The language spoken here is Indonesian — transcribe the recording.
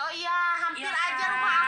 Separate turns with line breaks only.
Oh iya, hampir
Iya kan?
aja rumah kan gitu. Iya, Ya